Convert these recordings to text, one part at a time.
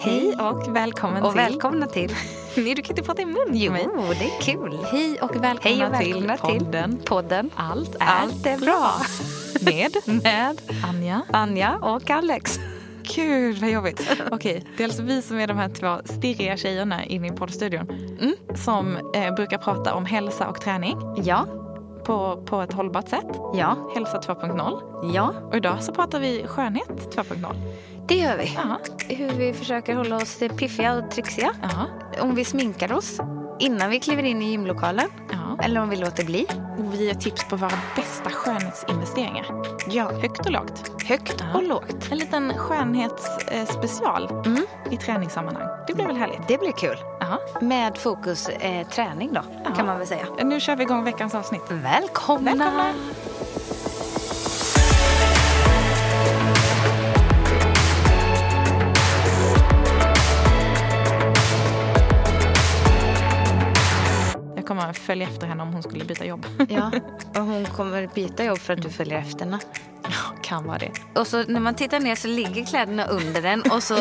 Hej Mm. och välkommen Och till... välkomna Mm. till... Nej, du kan inte prata i mun på Jo, mig. det är kul. Hej och välkomna, Hej och välkomna till till podden podden Allt är, Allt är bra med med Anja. Anja och Alex. Gud vad jobbigt. Okej, det är alltså vi som är de här två stirriga tjejerna inne i poddstudion. Som eh, brukar prata om hälsa och träning Ja, på, på ett hållbart sätt. ja, Hälsa 2.0. ja, Och idag så pratar vi skönhet 2.0. det gör vi. Ja, Hur vi försöker hålla oss piffiga och trixiga. ja, Om vi sminkar oss innan vi kliver in i gymlokalen. ja. Eller om vi låter bli. Och vi ger tips på våra bästa skönhetsinvesteringar. Ja, Högt och lågt. högt Ja. och lågt. En liten skönhetsspecial Mm. i träningssammanhang. Det blir väl härligt? Det blir kul. Ja. Med fokus eh, träning då, Ja. kan man väl säga. Nu kör vi igång veckans avsnitt. Välkomna! Välkomna! Jag kommer att följa efter henne om hon skulle byta jobb. Ja, och hon kommer byta jobb för att du följer efter henne. kan vara det. Och så när man tittar ner så ligger kläderna under den och så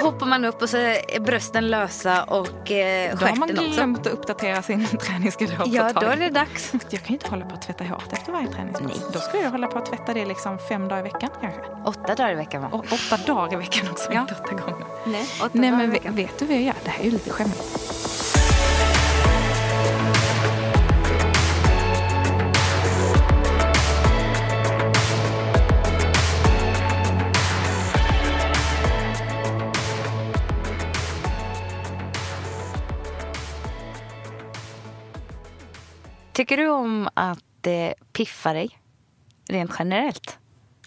hoppar man upp och så är brösten lösa och eh, Då har man stjärten också. glömt att uppdatera sin träningsgarderob Ja, på ett då tag. är det dags. Jag kan ju inte hålla på att tvätta håret efter varje träningspass. Nej. Då skulle jag hålla på att tvätta det liksom fem dagar i veckan kanske. Åtta dagar i veckan va? Och åtta dagar i veckan också, Ja. inte åtta gånger. Nej, åtta Nej dagar men i vet, veckan. vet du vad jag gör? Det här är ju lite skämmigt. Tycker du om att eh, piffa dig? Rent generellt.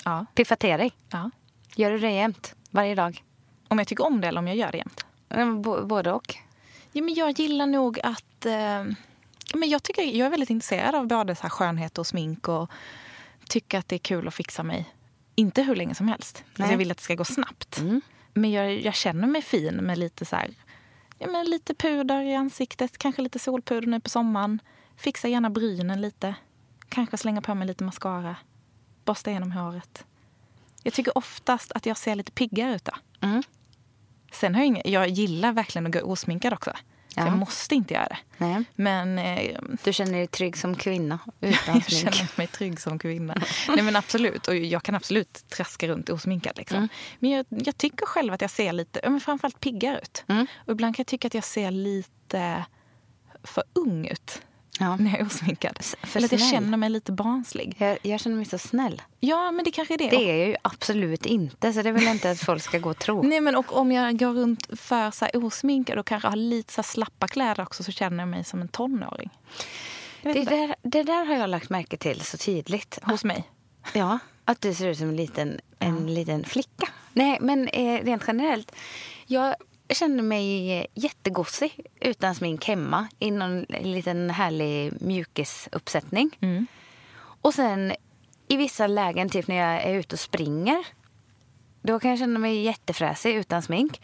Ja. Piffa till dig. ja. Gör du det jämt? Varje dag? Om jag tycker om det eller om jag gör det jämt. Mm, bo- Både och. Jo, men jag gillar nog att... Eh, men jag, tycker, jag är väldigt intresserad av både så här skönhet och smink och tycker att det är kul att fixa mig. Inte hur länge som helst. Alltså Nej. jag vill att det ska gå snabbt. Men jag, jag känner mig fin med lite så här, ja, men lite puder i ansiktet, kanske lite solpuder nu på sommaren. Fixa gärna brynen lite. Kanske slänga på mig lite mascara. Borsta igenom håret. Jag tycker oftast att jag ser lite piggare ut då. Mm. Sen har jag, inga, jag gillar verkligen att gå osminkad också. Så Ja. Jag måste inte göra det. Nej. Men eh, Du känner dig trygg som kvinna utan jag smink? känner mig trygg som kvinna. Nej men absolut, och jag kan absolut traska runt osminkad. Liksom. Mm. Men jag, jag tycker själv att jag ser lite, ja, men framförallt piggare ut. Mm. Och ibland kan jag tycka att jag ser lite för ung ut Ja. när jag är osminkad. för Eller att jag snäll. känner mig lite barnslig. Jag, jag känner mig så snäll. Ja, men det kanske är det. Det är jag ju absolut inte, så det vill jag inte att folk ska gå och tro. Nej, men och om jag går runt för så här osminkad och kanske har lite så här slappa kläder också så känner jag mig som en tonåring. Jag vet Det inte. där, det där har jag lagt märke till så tydligt. Hos mig. Ja, att du ser ut som en liten, en liten flicka. Nej, men eh, rent generellt. Jag kände mig eh, jättegossig utan smink hemma i någon liten härlig mjukisuppsättning. Och sen i vissa lägen, typ när jag är ute och springer då kan jag känna mig jättefräsig utan smink.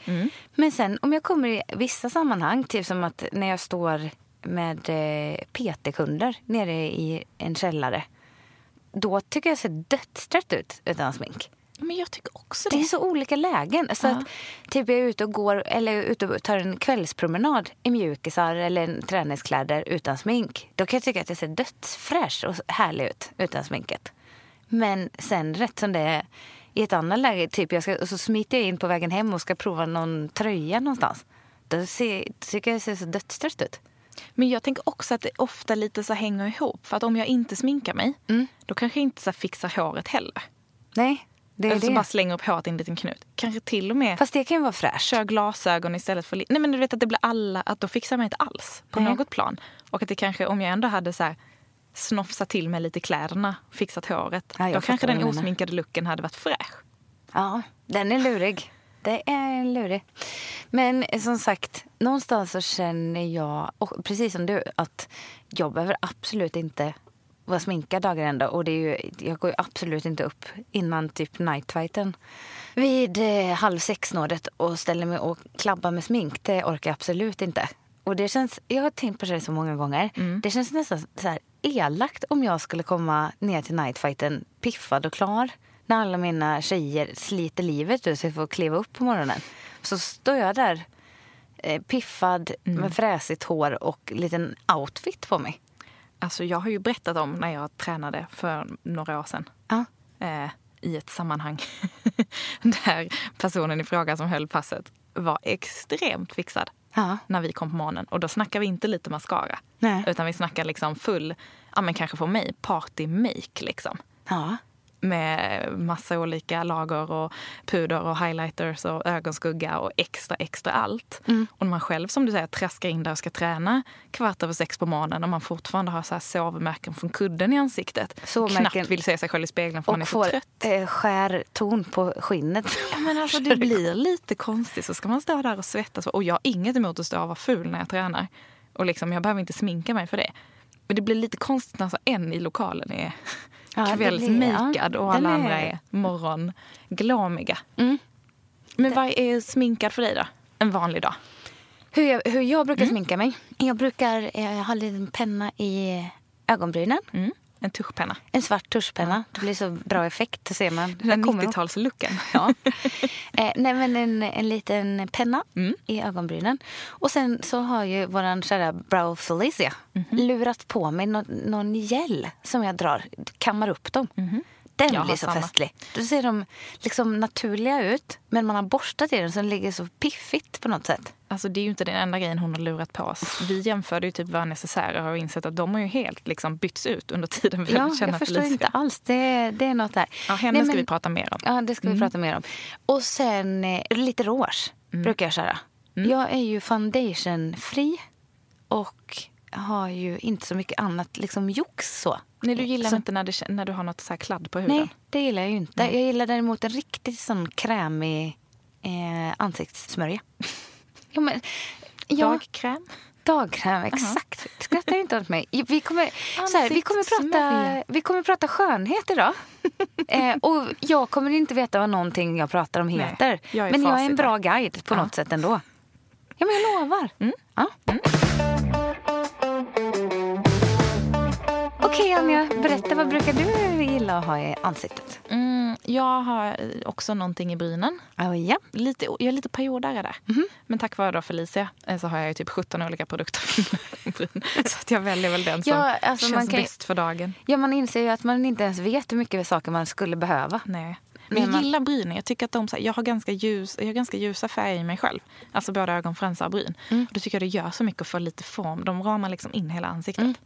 Men sen om jag kommer i vissa sammanhang, typ som att när jag står med eh, PT-kunder nere i en källare. Då tycker jag ser dödstrött ut utan smink. Men jag tycker också Det är så olika lägen. Så Ja. att typ jag är ute och går eller jag är ute och tar en kvällspromenad i mjukisar eller en träningskläder utan smink. Då kan jag tycka att jag ser dödsfräsch och härlig ut utan sminket. Men sen rätt som det är i ett annat läge, typ jag ska, och så smiter jag in på vägen hem och ska prova någon tröja någonstans. Då ser, tycker jag det ser så dödstrött ut. Men jag tänker också att det ofta lite så hänger ihop. För att om jag inte sminkar mig, Mm. då kanske jag inte så fixar håret heller. Nej, det är Eller så det. Alltså bara slänger upp håret i en liten knut. Kanske till och med Fast det kan ju vara fräscht. kör glasögon istället för... li- Nej men du vet att det blir alla, att då fixar jag mig inte alls på Nej. något plan. Och att det kanske, om jag ändå hade så här snofsat till mig lite kläderna, fixat håret. Ja, jag då fattar kanske vad den du menar. osminkade looken hade varit fräsch. Ja, den är lurig. Det är lurig. Men eh, som sagt, någonstans så känner jag, och precis som du, att jag behöver absolut inte vara sminkad dagar ända. Och det är ju, jag går ju absolut inte upp innan typ nightfighten. Vid eh, halv sex-snåret och ställer mig och klabbar med smink, det orkar jag absolut inte. Och det känns, jag har tänkt på det så många gånger. Det känns nästan så här elakt om jag skulle komma ner till nightfighten piffad och klar. När alla mina tjejer sliter livet ur sig för att kliva upp på morgonen. Så står jag där eh, piffad med fräsigt hår och liten outfit på mig. Alltså jag har ju berättat om när jag tränade för några år sedan. Ja. eh, i ett sammanhang där personen i fråga som höll passet var extremt fixad Ja. när vi kom på morgonen. Och då snackar vi inte lite mascara, Nej. utan vi snackar liksom full, ja men kanske för mig, party make liksom. Ja. Med massa olika lager och puder och highlighters och ögonskugga och extra, extra allt. Mm. Och när man själv, som du säger, traskar in där och ska träna kvart över sex på morgonen och man fortfarande har så här sovmärken från kudden i ansiktet. Sovmärken. Knappt vill se sig själv i spegeln för man är Och så får trött. eh, skär ton på skinnet. Ja, men alltså, det blir lite konstigt. Så ska man stå där och svettas. Och jag har inget emot att stå och vara ful när jag tränar. Och liksom, jag behöver inte sminka mig för det. Men det blir lite konstigt när så en i lokalen är Ja, det blir- kvällsmakead ja, och alla den är- Mm. andra är morgonglamiga. Men vad är sminkad för dig då? En vanlig dag? Hur jag, hur jag brukar sminka mig? Mm. Jag brukar eh, ha en liten penna i ögonbrynen. Mm. En tuschpenna? En svart tuschpenna. Det blir så bra effekt. Då ser man. Den där där kommer de. 90-talslooken? Ja. Eh, nej, men en, en liten penna Mm. i ögonbrynen. Och sen så har ju våran kära Brow Felicia Mhm. lurat på mig någon, någon gel som jag drar, kammar upp dem. Den Mhm. Jag har blir så samma. festlig. Då ser de liksom naturliga ut, men man har borstat i den så den ligger så piffigt på något sätt. Alltså det är ju inte den enda grejen hon har lurat på oss. Vi jämförde ju typ våra necessärer och har insett att de har ju helt liksom bytts ut under tiden vi Ja, lärde känna jag förstår Felicia. inte alls. Det, det är något där. Ja, henne Nej, ska men- vi prata mer om. Ja, det ska vi prata mer om. Och sen eh, lite rouge Mm. brukar jag köra. Jag är ju foundationfri och har ju inte så mycket annat liksom jox så. Nej, du gillar så, inte när, det, när du har något så här kladd på huden? Nej, det gillar jag ju inte. Jag gillar däremot en riktigt sån krämig eh, ansiktssmörja. ja, men, ja, Dagkräm? Dagkräm, exakt. Skratta inte åt mig. Vi kommer, så här, vi kommer, prata, Ansiktssmörja. vi kommer prata skönhet idag. eh, och jag kommer inte veta vad någonting jag pratar om heter. jag är men jag är en facit bra guide på något sätt ändå. Ja, men jag lovar. Ja. Okej, Anja. Berätta, vad brukar du gilla att ha i ansiktet? Mm, jag har eh, också någonting i brynen. Oh, ja. Lite, jag är lite periodare där. Men tack vare då Felicia eh, så har jag ju typ 17 olika produkter för mina bryn. Så att jag väljer väl den som Ja, alltså, man känns kan ju- bäst för dagen. ja, man inser ju att man inte ens vet hur mycket saker man skulle behöva. Nej. Men Men jag man- gillar brynen. Jag tycker att de, så här, jag, har ganska ljus, jag har ganska ljusa färger i mig själv. Alltså både ögonfransar och bryn. Och då tycker jag det gör så mycket att få lite form. De ramar liksom in hela ansiktet.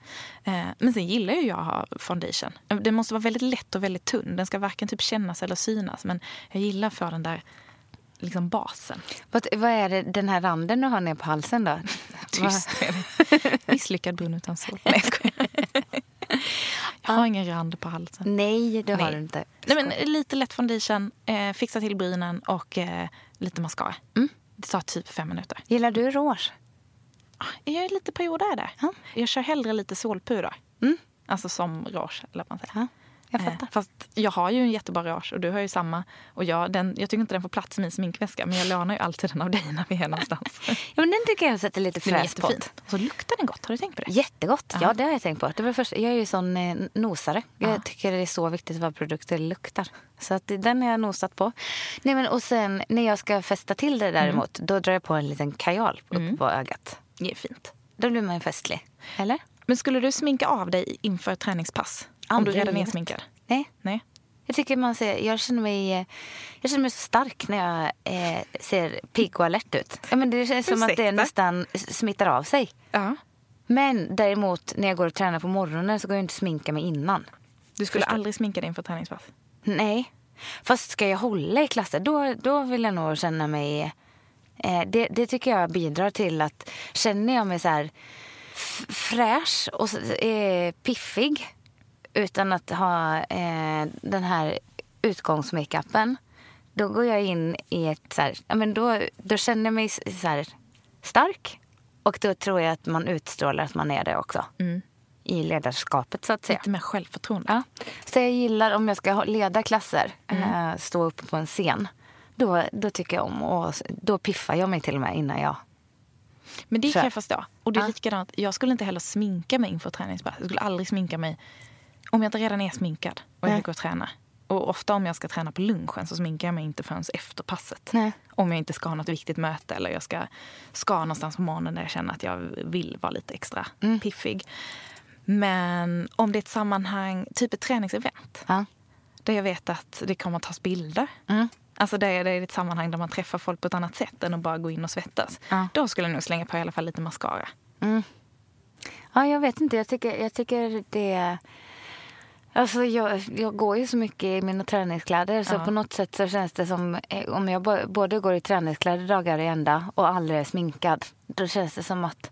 Eh, men sen gillar ju jag att ha foundation. Den måste vara väldigt lätt och väldigt tunn. Den ska varken typ kännas eller synas. Men jag gillar att få den där liksom basen. Vad, vad är det, den här randen du har ner på halsen då? Tyst med det. Misslyckad brun utan sol. Nej, jag skojar. Jag har ingen rand på halsen. Nej, det har Nej. du inte. Nej, men lite lätt foundation, eh, fixa till brynen och eh, lite mascara. Det tar typ fem minuter. Gillar du rouge? Ah, Jag är lite perioder där. Ja. Jag kör hellre lite solpuder. Mm. Alltså som rouge, eller vad man säger. Ja, jag fattar. Eh, fast jag har ju en jättebra rouge och du har ju samma. Och jag, den, jag tycker inte den får plats i min sminkväska men jag lånar ju alltid den av dig när vi är någonstans. Ja, men den tycker jag sätter lite Den är fräs på. jättefin. Och så luktar den gott, har du tänkt på det? Jättegott. Ja, det har jag tänkt på. Det var först, jag är ju sån eh, nosare. Jag tycker det är så viktigt vad produkter luktar. Så att den har jag nosat på. Nej, men, och sen när jag ska fästa till det däremot, Mm. då drar jag på en liten kajal uppe på ögat. Det är fint. Då blir man ju festlig. Eller? Men skulle du sminka av dig inför ett träningspass? om du Aldrig i redan är livet. sminkad? Nej. Nej. Jag tycker man ser, jag känner mig, eh, jag känner mig så stark när jag eh, ser pigg och alert ut. Ja, men det känns som att det Ursäkta? nästan smittar av sig. Ja. Men däremot när jag går och tränar på morgonen så går jag inte sminka mig innan. Du skulle aldrig sminka dig inför träningspass? Nej. Fast ska jag hålla i klasser, då, då vill jag nog känna mig... Eh, det, det tycker jag bidrar till att... Känner jag mig så här f- fräsch och s- eh, piffig utan att ha eh, den här utgångsmakeupen Då går jag in i ett... Så här, ja, men då, då känner jag mig s- så här, stark. Och då tror jag att man utstrålar att man är det också. I ledarskapet, så att säga. Lite mer självförtroende. Ja. Så jag gillar om jag ska ha- leda klasser, eh, stå uppe på en scen. Då, då tycker jag om och då piffar jag mig till och med innan jag... Men det Så. kan jag förstå. Och det är Ja. likadant. Jag skulle inte heller sminka mig inför träningspass. Jag skulle aldrig sminka mig om jag inte redan är sminkad och jag Nej. vill gå och träna. Och ofta om jag ska träna på lunchen så sminkar jag mig inte förrän efter passet. Nej. Om jag inte ska ha något viktigt möte eller jag ska, ska någonstans på morgonen där jag känner att jag vill vara lite extra Mm. piffig. Men om det är ett sammanhang, typ ett träningsevent, Ja. mm. där jag vet att det kommer att tas bilder. Alltså det är, det är ett sammanhang där man träffar folk på ett annat sätt än att bara gå in och svettas. Ja. Då skulle jag nog slänga på i alla fall lite mascara. ja, jag vet inte. Jag tycker, jag tycker det... Alltså jag, jag går ju så mycket i mina träningskläder så Ja. på något sätt så känns det som eh, om jag bo- både går i träningskläder dagar i ända och aldrig är sminkad. Då känns det som att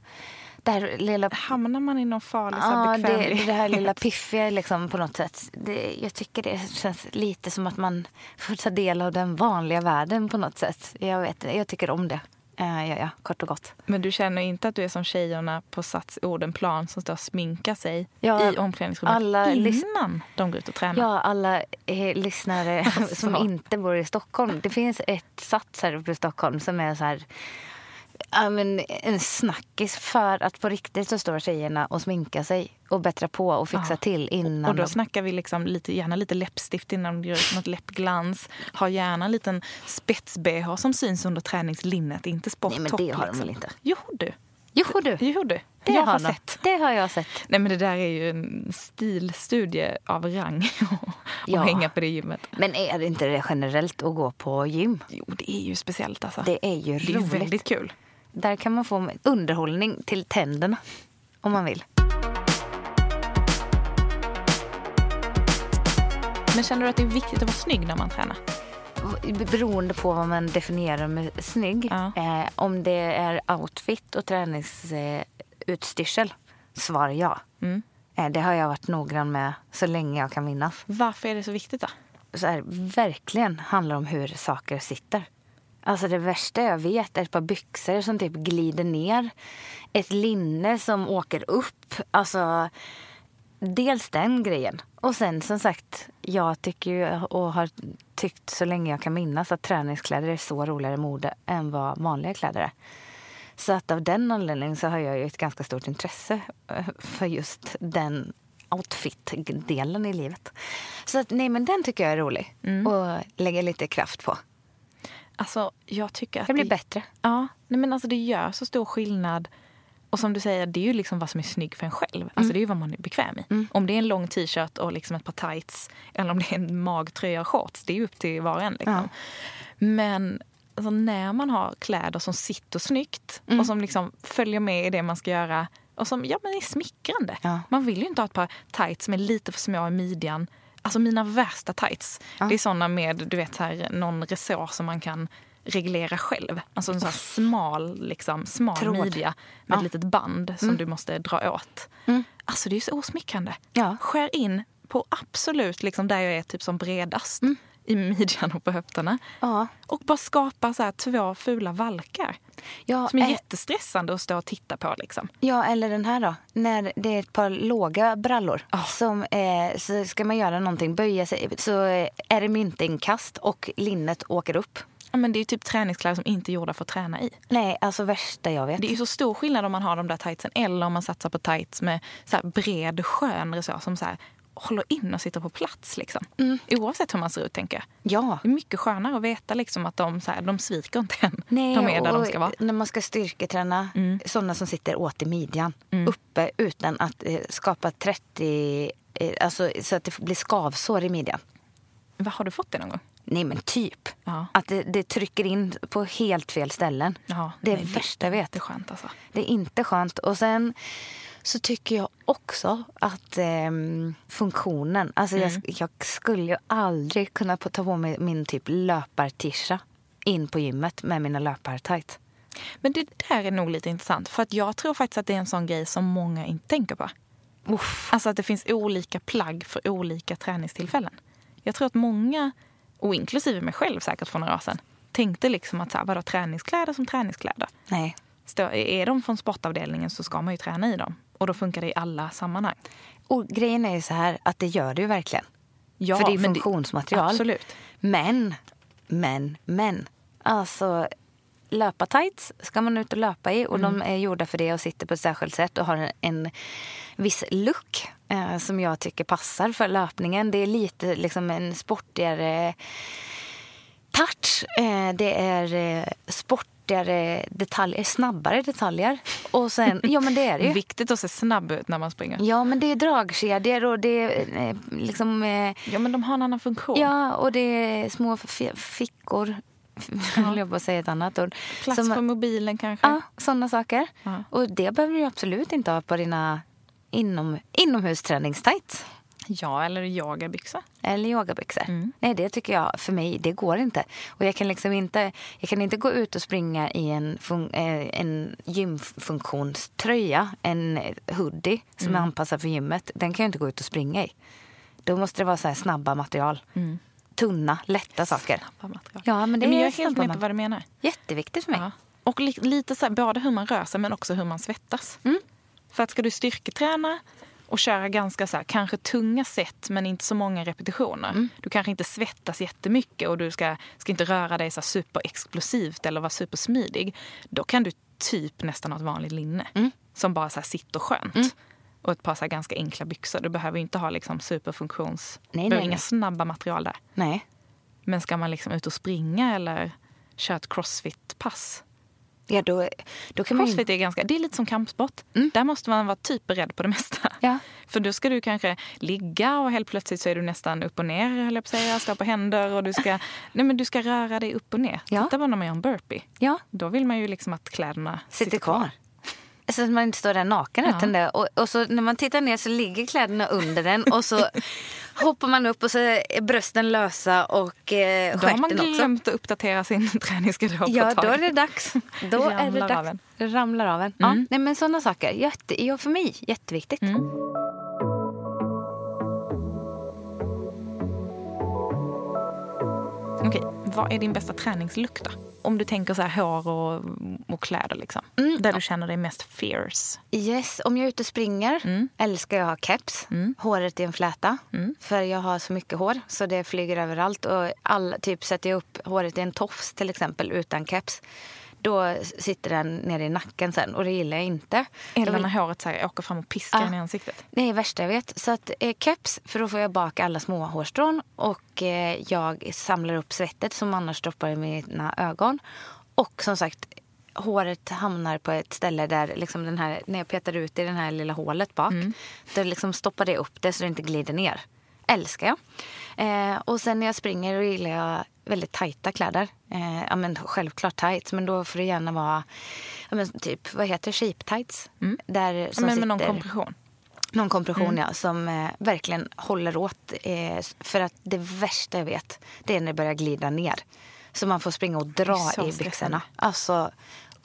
det här lilla Hamnar man i någon farlig så här Ja, det, bekvämlighet? det här lilla piffiga liksom på något sätt. Det, jag tycker det känns lite som att man får ta del av den vanliga världen på något sätt. Jag vet det, jag tycker om det. Uh, ja, ja, kort och gott. Men du känner inte att du är som tjejerna på Sats Odenplan som står och sminkar sig Ja, i omklädningsrummet alla innan lys- de går ut och tränar? Ja, alla eh, lyssnare Alltså. som inte bor i Stockholm. Det finns ett sats här uppe i Stockholm som är så här... Ja, men en snackis för att på riktigt så står tjejerna och sminkar sig och bättrar på Ah. och fixar Ja. till innan Och då de snackar vi liksom lite, gärna lite läppstift innan du gör ut något läppglans. Har gärna en liten spets-bh som syns under träningslinnet, inte sporttopp. Nej, men det har de liksom. väl inte? Jo du, Jo du, jo du. det jag har de. sett. Det har jag sett. Nej men det där är ju en stilstudie av rang att Ja. hänga på det gymmet. Men är det inte det generellt att gå på gym? Jo, det är ju speciellt alltså. Det är ju Det är ju roligt. väldigt kul. Där kan man få underhållning till tänderna om man vill. Men känner du att det är viktigt att vara snygg när man tränar? Beroende på vad man definierar med snygg. Ja. Eh, om det är outfit och träningsutstyrsel, eh, utstyrsel, svar ja. Mm. Eh, det har jag varit noggrann med så länge jag kan minnas. Varför är det så viktigt då? så här, verkligen handlar om hur saker sitter. Alltså det värsta jag vet är ett par byxor som typ glider ner. Ett linne som åker upp. Alltså, dels den grejen. Och sen som sagt, jag tycker ju och har tyckt så länge jag kan minnas att träningskläder är så roligare mode än vad vanliga kläder är. Så att av den anledningen så har jag ju ett ganska stort intresse eh, för just den outfit-delen i livet. Så att, nej men den tycker jag är rolig och lägger lite kraft på. Alltså, jag tycker att Det blir det- bättre. Ja, nej men alltså det gör så stor skillnad. Och som du säger, det är ju liksom vad som är snygg för en själv. Alltså det är ju vad man är bekväm i. Om det är en lång t-shirt och liksom ett par tights eller om det är en magtröja och shorts, det är ju upp till var och en. Liksom. Men alltså, när man har kläder som sitter snyggt Mm. och som liksom följer med i det man ska göra och som ja, men är smickrande. Ja. Man vill ju inte ha ett par tights som är lite för små i midjan. Alltså mina värsta tights, det är såna med du vet, så här, någon resår som man kan reglera själv. Alltså en sån här smal, liksom, smal Tråd. Mm. midja med ett litet band som du måste dra åt. Alltså det är ju så osmickrande. Ja. Skär in på absolut liksom, där jag är typ som bredast i midjan och på höfterna. Mm. Ja. Och bara skapa så här två fula valkar. Ja, Som är eh, jättestressande att stå och titta på. Liksom. Ja, eller den här då. När det är ett par låga brallor. Som, eh, så ska man göra någonting, böja sig, så eh, är det myntinkast och linnet åker upp. Ja, men det är ju typ träningskläder som inte är gjorda för att träna i. Nej, alltså värsta jag vet. Det är ju så stor skillnad om man har de där tightsen eller om man satsar på tights med så här bred skön resurs som så här håller in och sitter på plats. Liksom. Mm. Oavsett hur man ser ut, tänker jag. Ja. Det är mycket skönare att veta liksom, att de, så här, de sviker inte en. Nej, de är där de och ska vara. Mm. När man ska styrketräna, sådana som sitter åt i midjan, uppe utan att eh, skapa 30, eh, alltså så att det blir skavsår i midjan. Vad Har du fått det någon gång? Nej men typ. Ja. Att det, det trycker in på helt fel ställen. Ja, det är nej, det- värsta jag vet. Det är skönt alltså. Det är inte skönt. Och sen så tycker jag också att ehm, funktionen... Alltså Mm. jag, jag skulle ju aldrig kunna på- ta på mig min typ löpartisha in på gymmet med mina löpartight. Men det där är nog lite intressant. För att jag tror faktiskt att det är en sån grej som många inte tänker på. Alltså att det finns olika plagg för olika träningstillfällen. Jag tror att många och inklusive mig själv säkert för några år sedan, tänkte liksom att så här, vadå träningskläder som träningskläder? Nej. Stå, är de från sportavdelningen så ska man ju träna i dem. Och då funkar det i alla sammanhang. Och grejen är ju så här att det gör det ju verkligen. Ja, För det är ju men funktionsmaterial. Absolut. Men, men, men. Alltså, löpartights ska man ut och löpa i. Och Mm. De är gjorda för det och sitter på ett särskilt sätt och har en, en viss look eh, som jag tycker passar för löpningen. Det är lite liksom en sportigare touch. Eh, det är eh, sportigare detaljer, snabbare detaljer. Och sen, ja men det är det ju. Viktigt att se snabb ut när man springer. Ja, men det är dragkedjor och det är eh, liksom... Eh, Ja, men de har en annan funktion. Ja, och det är små f- fickor. Jag höll på att säga ett annat ord. Plats Som- för mobilen kanske. Ja, sådana saker. Ja. Och det behöver du ju absolut inte ha på dina inom, inomhusträningstights. Ja, eller yogabyxor. Eller yogabyxor. Mm. Nej, det tycker jag, för mig, det går inte. Och jag kan liksom inte, jag kan inte gå ut och springa i en, fun, eh, en gymfunktionströja, en hoodie som Mm. är anpassad för gymmet. Den kan jag inte gå ut och springa i. Då måste det vara så här snabba material. Tunna, lätta saker. Mm. Snabba material. Ja, men det Nej, men är jag är helt snabba med på vad du menar. Jätteviktigt för mig. Ja. Och li- lite så här, både hur man rör sig men också hur man svettas. Mm. För att ska du styrketräna och köra ganska så här, kanske tunga set men inte så många repetitioner. Mm. Du kanske inte svettas jättemycket och du ska, ska inte röra dig så här superexplosivt eller vara supersmidig. Då kan du typ nästan ha ett vanligt linne Mm. som bara så här sitter skönt. Och ett par så här ganska enkla byxor. Du behöver ju inte ha liksom superfunktions... Nej, du behöver nej, inga nej. snabba material där. Nej. Men ska man liksom ut och springa eller köra ett crossfit-pass Ja, då, då kan man ju... Crossfit är ganska, det är lite som kampsport. Där måste man vara typ beredd på det mesta. Mm. Ja. För då ska du kanske ligga och helt plötsligt så är du nästan upp och ner, höll jag på att säga, stå på händer och du ska, nej men du ska röra dig upp och ner. Ja. Titta bara när man gör en burpee. Ja, Då vill man ju liksom att kläderna sitter kvar. Så att man inte står där naken. Ja. Utan det, och, och så när man tittar ner så ligger kläderna under den och så hoppar man upp och så är brösten lösa och eh, Då har man stjärten också. glömt att uppdatera sin träningsgarderob på Ja, ett tag. då är det dags. Då är det Ramlar av dags. en. Mm. Det ramlar av en. Ja, nej, men sådana saker. Jätte, ja, för mig jätteviktigt. Okej, vad är din bästa träningslukt då? Om du tänker så här hår och, och kläder liksom. Mm. Där du känner dig mest fierce. Yes, om jag är ute och springer älskar jag att ha keps. Håret i en fläta. För jag har så mycket hår så det flyger överallt. Och alla, typ sätter jag upp håret i en tofs till exempel utan keps. Då s- sitter den nere i nacken sen och det gillar jag inte. Jag Eller vill- när håret så här, åker fram och piskar Ja. in i ansiktet. Nej, värsta jag vet. Så att eh, keps, för då får jag bak alla små hårstrån och eh, jag samlar upp svettet som annars droppar i mina ögon. Och som sagt, håret hamnar på ett ställe där liksom den här, när jag petar ut i det här lilla hålet bak, Mm. då liksom stoppar det upp det så det inte glider ner. Älskar jag. Eh, och sen när jag springer då gillar jag väldigt tajta kläder. Eh, ja, men självklart tights, men då får det gärna vara ja, men typ, vad heter det, sheep tights? Där, Mm. Ja, som men med någon sitter- kompression. någon kompression Mm. ja, som eh, verkligen håller åt. Eh, för att det värsta jag vet, det är när det börjar glida ner. Så man får springa och dra så i stressande. byxorna. Alltså,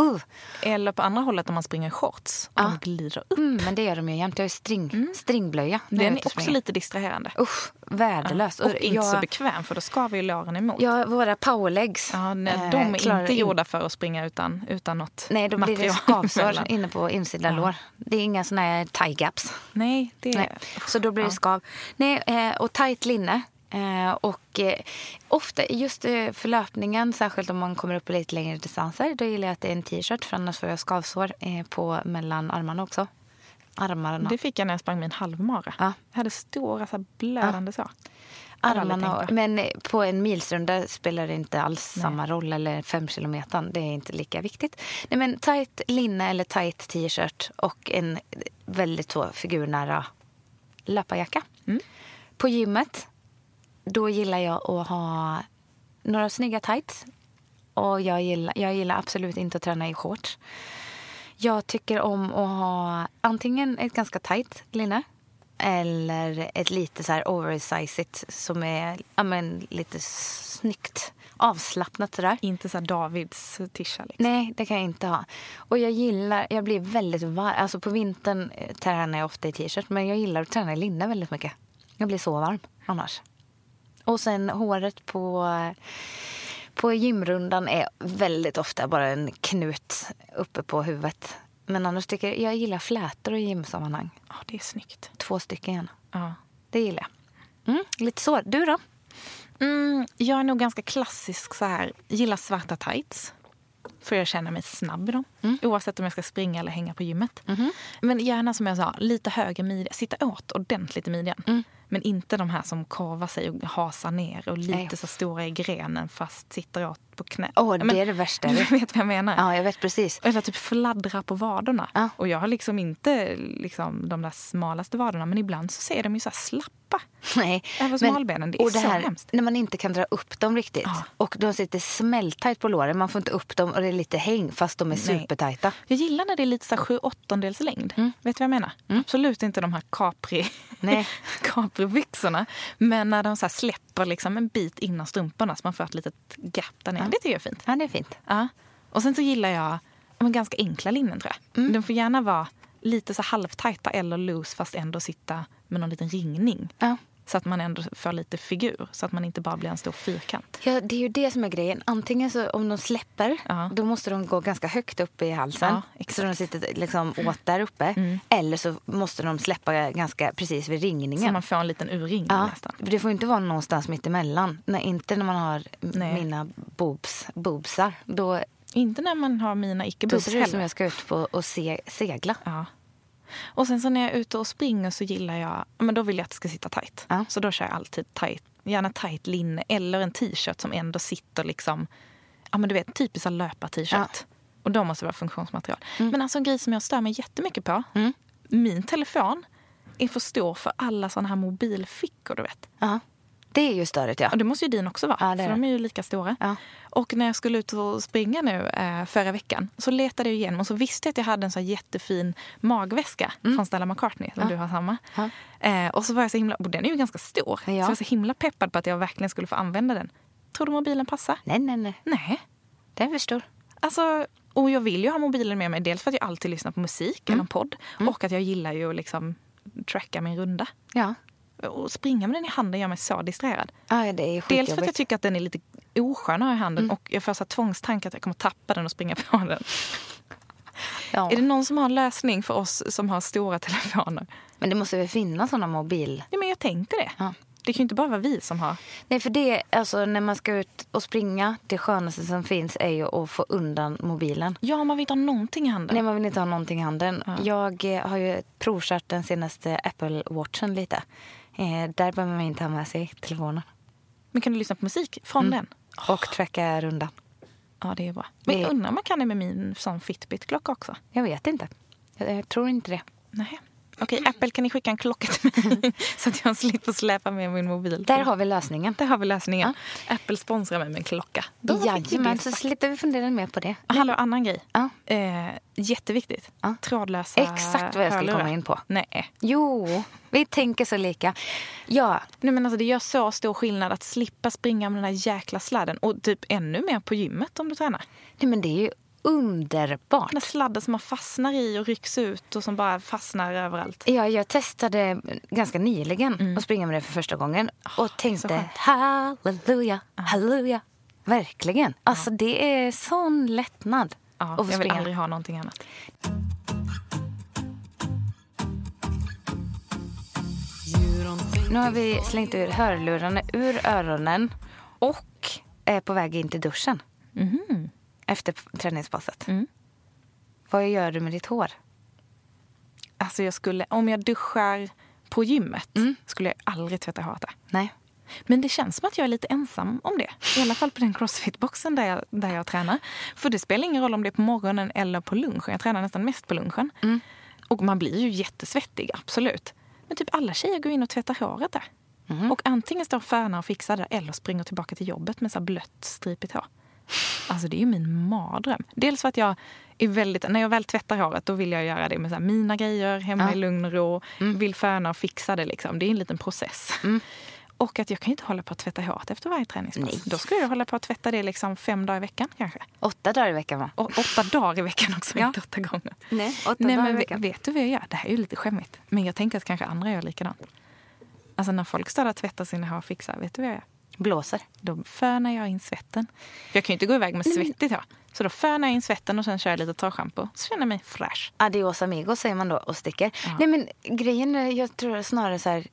uh. Eller på andra hållet om man springer i shorts och de glider upp. mm, men det gör de ju jämt. Jag har ju string, stringblöja. när jag Mm. Den ute är och också springer. lite distraherande. Usch, värdelös. Och inte jag, så bekväm för då skaver ju låren emot. ja, våra powerlegs. Ja, nej, eh, de är klarar inte in- gjorda för att springa utan, utan något Nej, då blir material. det skavsår emellan. inne på insidan lår. Det är inga såna här tie-gaps. Nej, det är... Nej. Så då blir det Ja. skav. Nej, eh, och tajt linne. Eh, Och eh, ofta, just eh, för löpningen, särskilt om man kommer upp i lite längre distanser, då gillar jag att det är en t-shirt för annars får jag skavsår eh, på mellan armarna också. Armarna. Det fick jag när jag sprang min halvmara. Ja. Jag hade stora så här, blödande sår. aldrig Armarna, tänkt och- på. men eh, på en milsrunda spelar det inte alls samma roll, eller fem kilometer. det är inte lika viktigt. Nej, men tajt linne eller tajt t-shirt och en väldigt så figurnära löparjacka. Mm. På gymmet, då gillar jag att ha några snygga tights. Och jag gillar, jag gillar absolut inte att träna i shorts. Jag tycker om att ha antingen ett ganska tajt linne eller ett lite så här oversized som är ja, men, lite snyggt avslappnat sådär. Inte så här Davids tisha. Liksom. Nej, det kan jag inte ha. Och jag gillar, jag blir väldigt varm. Alltså på vintern eh, tränar jag ofta i t-shirt men jag gillar att träna i linne väldigt mycket. Jag blir så varm annars. Och sen håret på, på gymrundan är väldigt ofta bara en knut uppe på huvudet. Men annars tycker jag, jag gillar flätor i gymsammanhang. Ja, det är snyggt. Två stycken gärna. Ja. Det gillar jag. Mm, lite så. Du då? Mm, jag är nog ganska klassisk så här. Gillar svarta tights. För jag känner mig snabb i dem. Mm. Oavsett om jag ska springa eller hänga på gymmet. Mm-hmm. Men gärna som jag sa, lite högre midja. Sitta åt ordentligt i midjan. Mm. Men inte de här som kavar sig och hasar ner och lite Nej. så stora i grenen fast sitter åt på knä. Åh, Men- det är det värsta. Du vet vad jag menar. Ja, jag vet precis. Eller typ fladdra på vaderna. Ja. Och jag har liksom inte liksom, de där smalaste vaderna men ibland så ser de ju så här slappa. Nej. Även smalbenen, det är och så här, hemskt. När man inte kan dra upp dem riktigt. Ja. Och de sitter smälttajt på låren. Man får inte upp dem och det är lite häng fast de är Nej. supertajta. Jag gillar när det är lite så här sju åttondels längd. Vet du vad jag menar? Absolut inte de här capri, Mm. Nej. capribyxorna. Men när de så här släpper liksom en bit innan strumporna så man får ett litet gap där nere. Det tycker jag är fint. Ja, det är fint. Ja. Och sen så gillar jag ja, men ganska enkla linnen tror jag. Mm. De får gärna vara lite så halvtajta eller loose fast ändå sitta med någon liten ringning. Ja. Så att man ändå får lite figur, så att man inte bara blir en stor fyrkant. Ja, det är ju det som är grejen. Antingen så om de släpper, Ja. då måste de gå ganska högt upp i halsen. Ja, exakt. Mm. så de sitter liksom åt där uppe. Eller så måste de släppa ganska precis vid Så ringningen. man får en liten urringning Ja, nästan. det får ju inte vara någonstans mitt emellan. Nej, inte när man har m- Nej. mina boobs, boobsar. Då, Inte när man har mina icke då ser det ut som heller. jag ska ut på och se, segla. Ja. Och sen så när jag är ute och springer så gillar jag, ja, men då vill jag att det ska sitta tajt. Ja. Så då kör jag alltid tajt, gärna tajt linne eller en t-shirt som ändå sitter liksom, ja men du vet typiskt löpar-t-shirt. Och då måste det vara funktionsmaterial. Men alltså en grej som jag stör mig jättemycket på, min telefon är för stor för alla såna här mobilfickor du vet. Ja. Det är ju störigt, ja. Och det måste ju din också vara, Ja, det är för de är ju lika stora. Ja. Och när jag skulle ut och springa nu eh, förra veckan så letade jag igenom och så visste jag att jag hade en så här jättefin magväska från Stella McCartney, som du har samma. Mm. Ja. Eh, och så var jag så himla, och den är ju ganska stor, så Ja. jag var så himla peppad på att jag verkligen skulle få använda den. Tror du mobilen passar? Nej, nej, nej. Nej. Den är för stor. Alltså, och jag vill ju ha mobilen med mig, dels för att jag alltid lyssnar på musik Mm. eller en podd och att jag gillar ju att liksom tracka min runda. Ja. Och springa med den i handen gör mig så distraherad. ja, det är ju Dels för att jag skitjobbigt. tycker att den är lite oskön att ha i handen Mm. och jag får så här tvångstankar att jag kommer tappa den och springa på den. Ja. Är det någon som har en lösning för oss som har stora telefoner? Men det måste väl finnas såna mobil... Ja, men jag tänkte det. Ja. Det kan ju inte bara vara vi som har. Nej, för det, alltså när man ska ut och springa, det skönaste som finns är ju att få undan mobilen. Ja, man vill inte ha någonting i handen. Nej, man vill inte ha någonting i handen. Jag eh, har ju provkört den senaste Apple Watchen lite. Eh, där behöver man inte ha med sig telefonen. Men kan du lyssna på musik från den? Och Ah. tracka rundan. Ja, det är bra. Men Mm. Det- jag undrar om man kan det med min sån Fitbit-klocka också? Jag vet inte. Jag, jag tror inte det. Nej. Okej, Mm. Apple kan ni skicka en klocka till mig så att jag slipper släpa med min mobil? Där har vi lösningen. Där har vi lösningen. Apple sponsrar mig med en klocka. Då fick vi det Jajamän, så sagt. slipper vi fundera mer på det. Ah, Hallå, annan grej. Ja. Eh, jätteviktigt. Ja. Trådlösa Exakt vad jag skulle hörlurar. komma in på. Nej. Jo, vi tänker så lika. Ja, Nej, men alltså, det gör så stor skillnad att slippa springa med den där jäkla sladden. Och typ ännu mer på gymmet om du tränar. nej, men det är ju underbart. Den där sladden som man fastnar i och rycks ut och som bara fastnar överallt. Ja, jag testade ganska nyligen att springa med det för första gången och Mm. så tänkte skönt. halleluja, halleluja. Verkligen. Alltså det är sån lättnad. Ja, att få jag vill springa. aldrig ha någonting annat. Nu har vi slängt ur hörlurarna ur öronen och är på väg in till duschen Mhm. efter träningspasset. Mm. Vad gör du med ditt hår? Alltså, jag skulle, om jag duschar på gymmet Mm. skulle jag aldrig tvätta håret där. Nej. Men det känns som att jag är lite ensam om det. I alla fall på den crossfit-boxen där jag, där jag tränar. För det spelar ingen roll om det är på morgonen eller på lunchen. Jag tränar nästan mest på lunchen. Och man blir ju jättesvettig, absolut. Men typ alla tjejer går in och tvättar håret där. Och antingen står fönar och fixar det eller springer tillbaka till jobbet med så här blött, stripigt hår. Alltså det är ju min mardröm. Dels för att jag är väldigt, när jag väl tvättar håret då vill jag göra det med så här mina grejer, hemma i lugn och ro. Vill föna och fixa det liksom. Det är en liten process. Och att jag kan ju inte hålla på att tvätta håret efter varje träningspass. Nej. Då skulle jag hålla på att tvätta det liksom fem dagar i veckan kanske. Åtta dagar i veckan va? Och åtta dagar i veckan också, Ja. inte åtta gånger. Nej, åtta Nej, dagar i men ve- veckan. Vet du vad jag gör? Det här är ju lite skämmigt. Men jag tänker att kanske andra gör likadant. Alltså när folk står där och tvättar sina hår och fixar, vet du vad jag gör? Blåser. Då fönar jag in svetten. För Jag kan ju inte gå iväg Mm. med svettigt hår. Så då fönar jag in svetten och sen kör jag lite torrschampo. Så känner jag mig fräsch. Adios amigos säger man då och sticker. Ja. Nej men grejen är, jag tror snarare så här.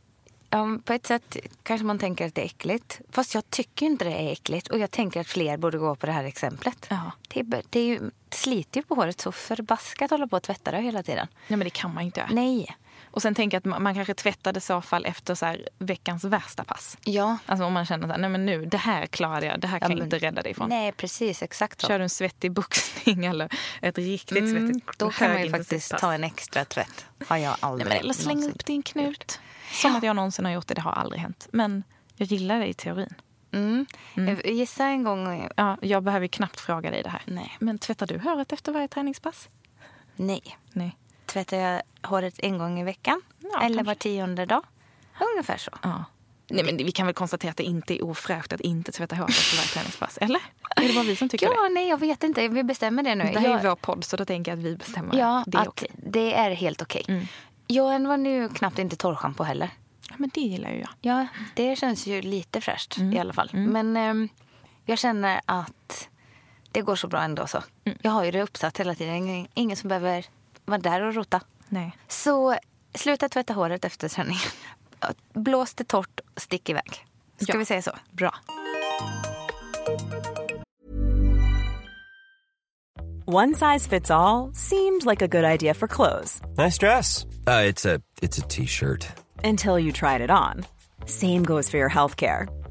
Ja, på ett sätt kanske man tänker att det är äckligt. Fast jag tycker inte det är äckligt. Och jag tänker att fler borde gå på det här exemplet. Ja. Det, är, bara- det, är ju, det sliter ju på håret så förbaskat att hålla på och tvätta det hela tiden. Nej men det kan man ju inte göra. Nej. Och sen tänker jag att man, man kanske tvättar det i så fall efter så här, veckans värsta pass. Ja. Alltså om man känner så här, nej men nu, det här klarade jag. Det här kan Ja, jag men- inte rädda dig ifrån. Nej, precis. Exakt så. Kör du en svettig boxning eller ett riktigt Mm, svettigt då kan man ju högintensivt faktiskt pass. ta en extra tvätt. Har jag Nej, aldrig men eller släng någonsin. upp din knut. Som att jag någonsin har gjort det, det har aldrig hänt. Men jag gillar det i teorin. Mm. Gissa en gång. Ja, jag behöver ju knappt fråga dig det här. Nej. Men tvättar du håret efter varje träningspass? Nej. Nej. Tvättar jag håret en gång i veckan? Ja, eller var kanske. tionde dag? Ungefär så. Ja. Nej, men vi kan väl konstatera att det inte är ofräscht att inte tvätta håret efter varje träningspass? Eller? Är det bara vi som tycker Ja, nej, jag vet inte. Vi bestämmer det nu. det? Det här är jag, ju vår podd, så då tänker jag att vi bestämmer. ja, det är att okej. det är Mm. helt okej. Jag använder ju knappt inte torrschampo heller. Ja, men det gillar ju jag. Ja, Mm. det känns ju lite fräscht i alla fall. Men ehm, jag känner att det går så bra ändå så. Jag har ju det uppsatt hela tiden. Ingen- Ingen som behöver vara där och rota. Nej. Så sluta tvätta håret efter träningen. Blås det torrt, stick iväg. Ska Ja. vi säga så? Bra. One size fits all seemed like a good idea for clothes Nice dress. Uh, it's a it's a t-shirt. until you tried it on. Same goes for your healthcare.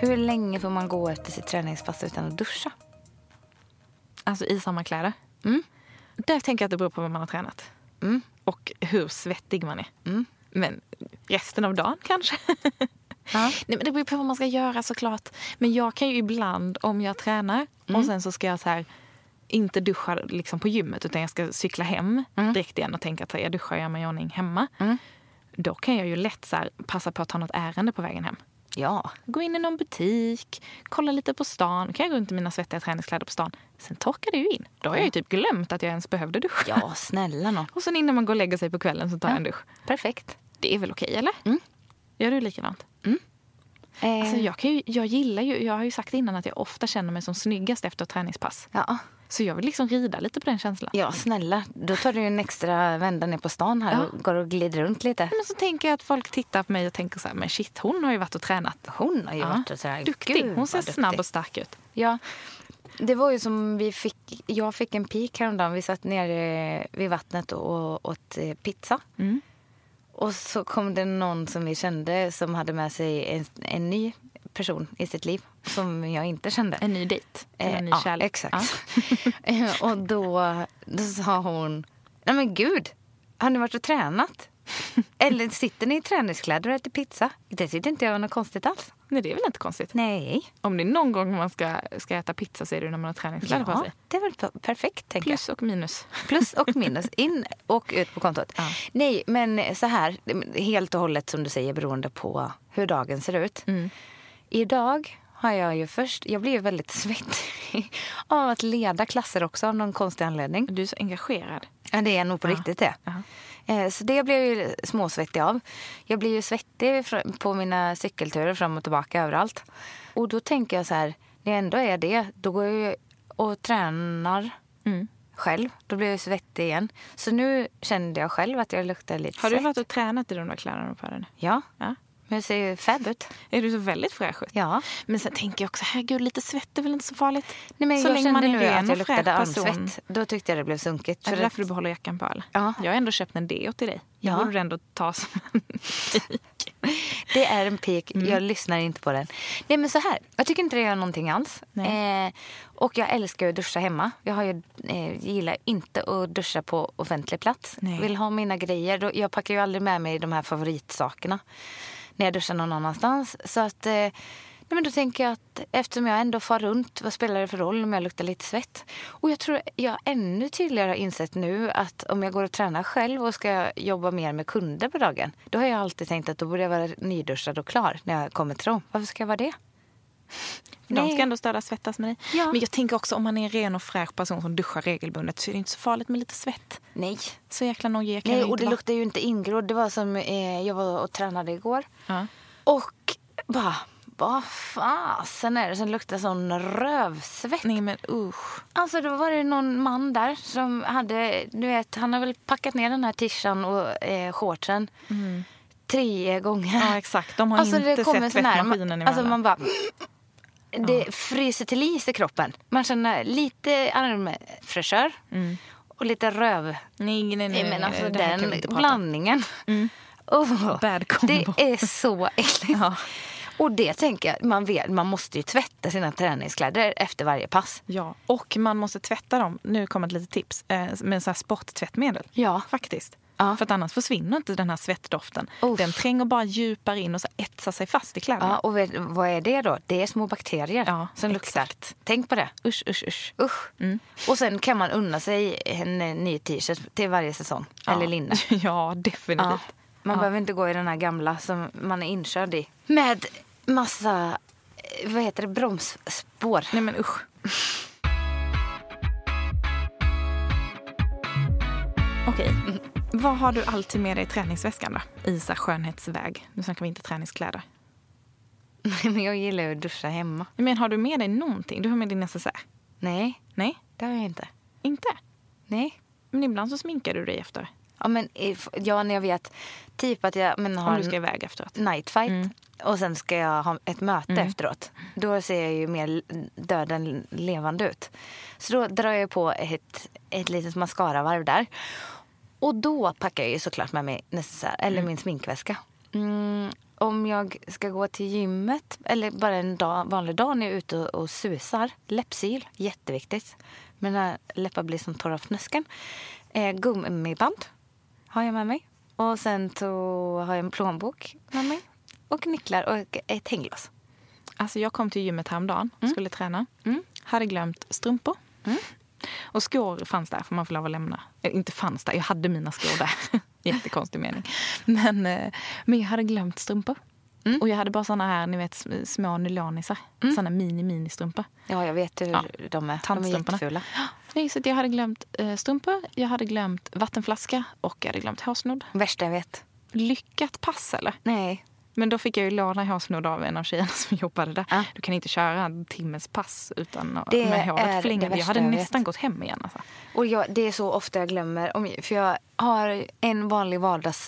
Hur länge får man gå efter sitt träningspass utan att duscha? Mm. Alltså i samma kläder. Där tänker jag att det beror på vad man har tränat. Och hur svettig man är. Mm. Men resten av dagen kanske. Nej, men det beror på vad man ska göra såklart. Men jag kan ju ibland, om jag tränar Mm. och sen så ska jag så här inte duscha liksom på gymmet utan jag ska cykla hem Mm. direkt igen och tänka att så här, jag duschar och gör mig i ordning hemma. Då kan jag ju lätt så här, passa på att ta något ärende på vägen hem. Ja. Gå in i någon butik, kolla lite på stan. Kan jag gå runt i mina svettiga träningskläder på stan? Sen torkar det ju in. Då har jag ju typ glömt att jag ens behövde duscha. Ja, snälla nån. Och sen innan man går och lägger sig på kvällen så tar jag en dusch. Perfekt. Det är väl okej, eller? Mm. Gör du likadant? Eh, Alltså jag, kan ju, jag gillar ju, jag har ju sagt innan att jag ofta känner mig som snyggast efter ett träningspass. ja. Så jag vill liksom rida lite på den känslan. ja, snälla. Då tar du ju en extra vända ner på stan här och går och glider runt lite. Men så tänker jag att folk tittar på mig och tänker så här, men shit hon har ju varit och tränat. Hon har ju Ja. varit så här, Duktig, gud, hon vad ser duktig. snabb och stark ut. Ja. Det var ju som vi fick, jag fick en pik häromdagen. Vi satt nere vid vattnet och åt eh, pizza. Mm. Och så kom det någon som vi kände som hade med sig en, en ny person i sitt liv som jag inte kände. En ny dejt, eller en ny Eh, ja, kärlek. Exakt. Eh, och då, då sa hon, nej men gud, har ni varit och tränat? Eller sitter ni i träningskläder och äter pizza? Det tyckte inte jag var något konstigt alls. Nej det är väl inte konstigt. Nej. Om det är någon gång man ska, ska äta pizza så är det när man har träningskläder på Ja, sig. det är väl per- perfekt tänker jag. Plus och minus. Plus och minus, in och ut på kontot. Nej, men så här, helt och hållet som du säger beroende på hur dagen ser ut. Idag har jag ju först, jag blir ju väldigt svettig av att leda klasser också av någon konstig anledning. Du är så engagerad. Ja, det är nog på riktigt det. Ja. Eh, Så det blir jag ju småsvettig av. Jag blir ju svettig fr- på mina cykelturer fram och tillbaka överallt. Och då tänker jag så här, när jag ändå är det, då går jag ju och tränar Mm. själv. Då blir jag ju svettig igen. Så nu kände jag själv att jag luktar lite Har du svett. varit och tränat i de där kläderna på dig nu? Ja. Ja. Hur ser ju fab ut? Är du så väldigt fräsch ut? Ja. Men sen tänker jag också, herregud, lite svett är väl inte så farligt? Nej, men så jag kände nu ren att jag och fräsch luktade person. armsvett. Då tyckte jag det blev sunkigt. Är det För att, därför du behåller jackan på öl? Ja. Jag har ändå köpt en deo till dig. Ja. Det borde du ändå ta som en det är en pik. Jag lyssnar inte på den. Nej, men så här. Jag tycker inte det gör någonting alls. Eh, och jag älskar ju att duscha hemma. Jag har ju, eh, gillar inte att duscha på offentlig plats. Nej. Vill ha mina grejer. Då- Jag packar ju aldrig med mig de här favoritsakerna när jag duschar någon annanstans. Så att... Eh, Nej, men då tänker jag att eftersom jag ändå far runt, vad spelar det för roll om jag luktar lite svett? Och jag tror jag ännu tydligare har insett nu att om jag går och tränar själv och ska jobba mer med kunder på dagen, då har jag alltid tänkt att då borde jag vara nyduschad och klar när jag kommer till dem. Varför ska jag vara det? För Nej. De ska ändå stödas svettas med dig. Ja. Men jag tänker också om man är en ren och fräsch person som duschar regelbundet så är det inte så farligt med lite svett. Nej. Så jäkla nojig kan Nej, jag och inte det vara. luktar ju inte ingrodd. Det var som eh, jag var och tränade igår. Ja. Och bara, vad fasen är det som luktar sån rövsvett? Nej men usch. Alltså då var det någon man där som hade, du vet, han har väl packat ner den här tishan och eh, shortsen tre gånger. Mm. Ja exakt, de har inte Alltså, kommer sett sån här- tvättmaskinen Alltså emellan. man bara... Det fryser till is i kroppen. Man känner lite armfräschör Mm. och lite röv. Nej nej nej. Nej, nej, men nej, alltså Eh, det här kan vi den inte prata om. Mm. blandningen. Oh, Bad det combo. är så äckligt. Ja. Och det tänker jag, man, vet, man måste ju tvätta sina träningskläder efter varje pass. Ja, och man måste tvätta dem. Nu kommer ett litet tips. Eh, med så här sporttvättmedel. Ja. Faktiskt. Ja. För att annars försvinner inte den här svettdoften. Uff. Den tränger bara djupare in och så etsar sig fast i kläderna. Ja, och vet, vad är det då? Det är små bakterier Ja, Mm. som luktar. Tänk på det. Usch, usch, usch. Usch. Och sen kan man unna sig en eh, ny t-shirt till varje säsong. Eller linne. Ja, definitivt. Ja. Man behöver inte gå i den här gamla som man är inkörd i. Med massa, eh, vad heter det, bromsspår. Nej men usch. Okej. Mm. Vad har du alltid med dig i träningsväskan då? Isa skönhetsväg. Nu snackar vi inte träningskläder. Men jag gillar ju att duscha hemma. Men har du med dig någonting? Du har med din necessär? Nej, Nej, det har jag inte. inte. Nej. Men ibland så sminkar du dig efter. Ja, men if, ja, när jag vet typ att jag men, har Om du ska Mm. en iväg efteråt. nightfight och sen ska jag ha ett möte Mm. efteråt. Då ser jag ju mer död än levande ut. Så då drar jag på ett, ett litet mascaravarv där. Och då packar jag ju såklart med mig necessär, eller min sminkväska. Mm, om jag ska gå till gymmet, eller bara en dag, vanlig dag när jag är ute och, och susar. Läppsyl, jätteviktigt. Mina läppar blir som torra fnösken. Eh, gummiband har jag med mig. Och sen så har jag en plånbok med mig. Och nycklar och ett hänglås. Alltså jag kom till gymmet häromdagen, skulle träna. Hade glömt strumpor. Och skor fanns där, för man får lov att lämna. Eh, inte fanns där, jag hade mina skor där. Jättekonstig mening. Men, eh, men jag hade glömt strumpor. Och jag hade bara såna här, ni vet, sm- små nylonisar. Såna mini-mini-strumpor. Ja, jag vet hur de är. De är Tandstrumporna. jättefula. Nej, så att jag hade glömt eh, strumpor, jag hade glömt vattenflaska och jag hade glömt hårsnodd. Värsta jag vet. Lyckat pass, eller? Nej. Men då fick jag ju låna hårsnodd av en av tjejerna som jobbade där. Ja. Du kan inte köra en timmes pass utan att- Det med är det håret flingande. Jag värsta hade jag vet. nästan gått hem igen. Alltså. Och jag, det är så ofta jag glömmer. Om, för jag har en vanlig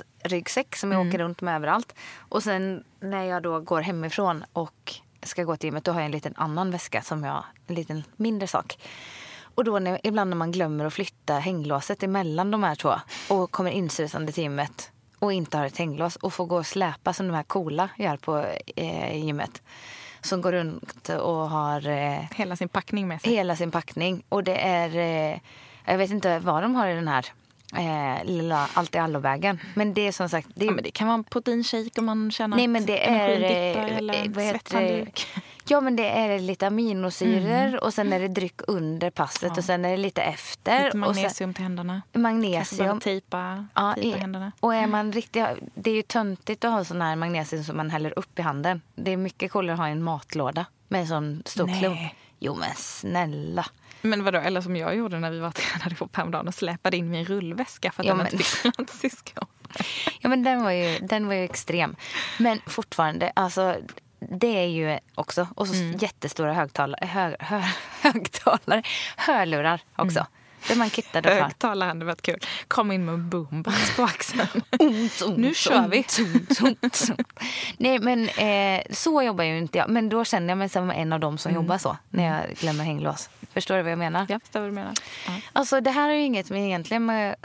vardagsryggsäck som jag åker runt med överallt. Och sen när jag då går hemifrån och ska gå till gymmet då har jag en liten annan väska som jag, en liten mindre sak. Och då när, ibland när man glömmer att flytta hänglåset emellan de här två och kommer insusande till gymmet och inte har ett hänglås och får gå och släpa som de här coola gör på eh, gymmet. Som går runt och har eh, Hela sin packning med sig. hela sin packning. Och det är... Eh, jag vet inte vad de har i den här eh, lilla allt i allo-vägen. Men det är som sagt... Det är, Ja, men det kan vara en proteinshake om man känner nej, men det att är... energin dippar eh, eller vad heter det? svetthandduk. Ja, men det är lite aminosyror Mm. och sen är det dryck under passet och sen är det lite efter. Lite och magnesium sen, till händerna. Kanske behöver magnesium. tejpa, Ja, tejpa i- typ händerna. Mm. och är man riktigt, det är ju töntigt att ha sån här magnesium som man häller upp i handen. Det är mycket coolare att ha i en matlåda med en sån stor Nej. klump. Jo men snälla. Men vadå, eller som jag gjorde när vi var tränade ihop häromdagen och släpade in min rullväska för att Ja, den men- inte fick plats i skåpet. Ja, men den var ju, den var ju extrem. Men fortfarande, alltså, det är ju också... Och så jättestora högtalare, hö, hö, högtalare hörlurar också. Där man kittade på. Högtalare hade varit kul. Kom in med en boombox på axeln. Ont, ont, Nu kör vi. Ont, ont, ont, ont. Nej, men eh, så jobbar ju inte jag. Men då känner jag mig som en av dem som jobbar så när jag glömmer hänglås. Förstår du vad jag menar? Jag förstår vad du menar. Ja. Alltså, det här har ju inget med, egentligen med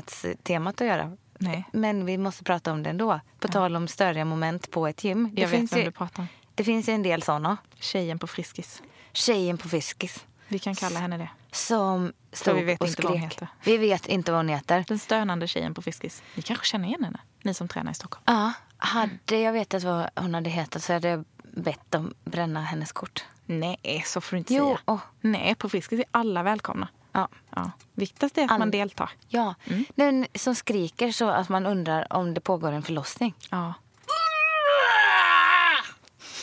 skönhetstemat att göra. Nej. Men vi måste prata om det ändå. På tal om större moment på ett gym. Det Jag vet finns, vem ju, du pratar om. det finns ju en del såna. Tjejen på Friskis. Tjejen på Fiskis. Vi kan kalla henne det. Som stod vi vet och inte skrek. vad hon heter. Vi vet inte vad hon heter. Den stönande tjejen på Friskis. Ni kanske känner igen henne? Ni som tränar i Stockholm. Ja, hade jag vetat vad hon hade hetat så hade jag bett dem bränna hennes kort. Nej, så får du inte Jo, säga. åh. Nej, på Friskis är alla välkomna. Ja. Ja. Viktigast är att All- man deltar. Ja, Mm. den som skriker så att man undrar om det pågår en förlossning. Ja. Ah!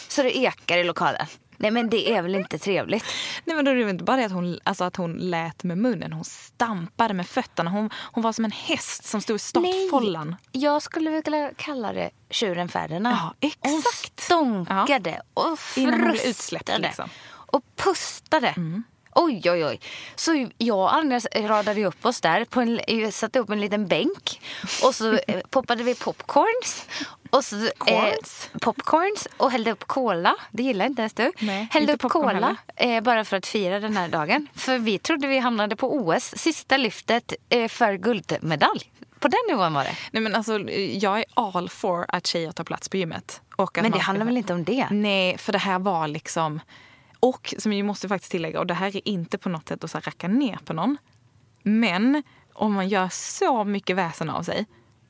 Så det ekar i lokalen. Nej men det är väl inte trevligt? Nej men då är det väl inte bara det att hon, alltså att hon lät med munnen. Hon stampade med fötterna. Hon, hon var som en häst som stod i startfållan. Jag skulle vilja kalla det tjuren Ferdinand. Ja, exakt. Hon stånkade och Innan hon blev frustade utsläppt, liksom. Mm. och pustade. Oj, oj, oj. Så jag och Anders radade ju upp oss där. På en, jag satte upp en liten bänk och så eh, poppade vi popcorns. Och så, eh, Corns? popcorns och hällde upp cola. Det gillar inte ens du. Nej, hällde inte upp popcorn cola eh, bara för att fira den här dagen. För vi trodde vi hamnade på OS, sista lyftet eh, för guldmedalj. På den nivån var det. Nej men alltså jag är all for att tjejer tar plats på gymmet. Och att Men man det ska- handlar väl inte om det? Nej, för det här var liksom... Och som jag måste faktiskt tillägga, och det här är inte på något sätt att så här racka ner på någon. Men om man gör så mycket väsen av sig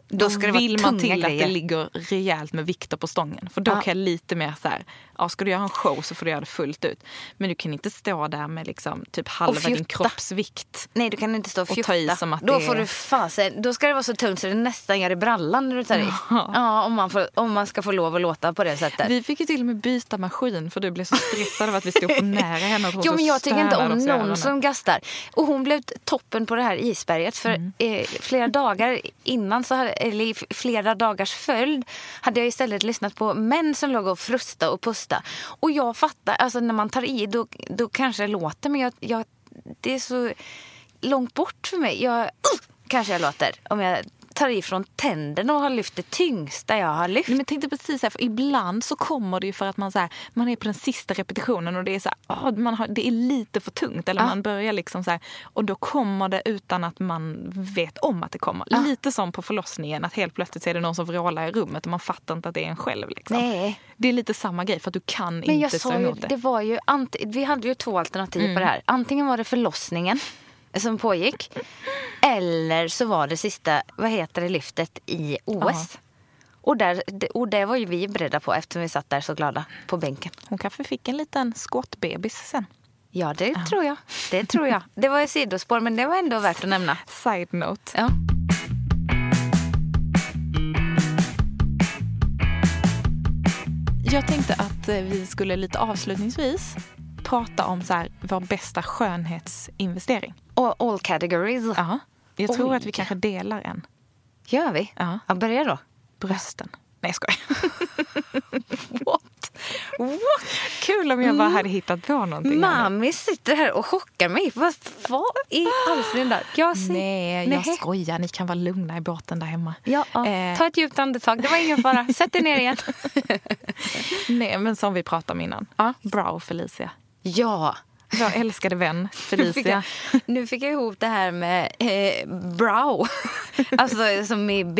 Då ska det vara vill tunga man till grejer. att det ligger rejält med vikter på stången. För då kan jag lite mer så här, ja, ska du göra en show så får du göra det fullt ut. Men du kan inte stå där med liksom typ halva din fjutta. kroppsvikt. Nej, du kan inte stå och Och fjutta. ta i som att då, det är- får du fasen, då ska det vara så tunt så det nästan gör i brallan när du tar i. Ja. om, man får, om man ska få lov att låta på det sättet. Vi fick ju till och med byta maskin för du blev så stressad av att vi stod för nära henne. och att hon Jo, så men jag tycker inte stönade om oss i öronen. någon som gastar. Och hon blev t- toppen på det här isberget. För Mm. eh, flera dagar innan, så hade, eller i f- flera dagars följd, hade jag istället lyssnat på män som låg och frusta och pusta. Och jag fattar, alltså när man tar i då, då kanske det låter, men jag, jag, det är så långt bort för mig. Jag, uh, kanske jag låter om jag tar i från tänderna och har lyft det tyngsta jag har lyft. Nej, men jag tänkte precis här, för ibland så kommer det ju för att man, så här, man är på den sista repetitionen och det är, så här, ah, man har, det är lite för tungt. Ah. Eller man börjar liksom så här, och då kommer det utan att man vet om att det kommer. Ah. Lite som på förlossningen, att helt plötsligt så är det någon som vrålar i rummet och man fattar inte att det är en själv. Liksom. Nej. Det är lite samma grej för att du kan Men inte jag stå sa ju, emot det. det Mm. var ju, ant- vi hade ju två alternativ på det här. Antingen var det förlossningen som pågick. eller så var det sista, vad heter det, lyftet i OS. Och, där, och det var ju vi beredda på eftersom vi satt där så glada på bänken. Hon kanske fick en liten skottbebis sen. Ja, det tror jag. Det tror jag. Det var ett sidospår men det var ändå värt att nämna. Side note. Ja. Jag tänkte att eh, vi skulle lite avslutningsvis prata om så här, vår bästa skönhetsinvestering. Och all categories. Ja. Jag tror Oj. att vi kanske delar en. Gör vi? Ja. Ja, börja då. Brösten. Nej, jag skojar. What? Mm. What? Kul om jag bara hade hittat på någonting. här nu. Mami sitter här och chockar mig. Vad, vad i all sin dar? Jag ser- Nej, jag skojar. Ni kan vara lugna i båten där hemma. Ja, ja. Eh, ta ett djupt andetag. Det var ingen fara. Sätt dig ner igen. nej, men som vi pratade om innan. Brow Felicia. ja. Vår älskade vän Nu fick, jag, Felicia. nu fick jag ihop det här med eh, brow. alltså som i bh.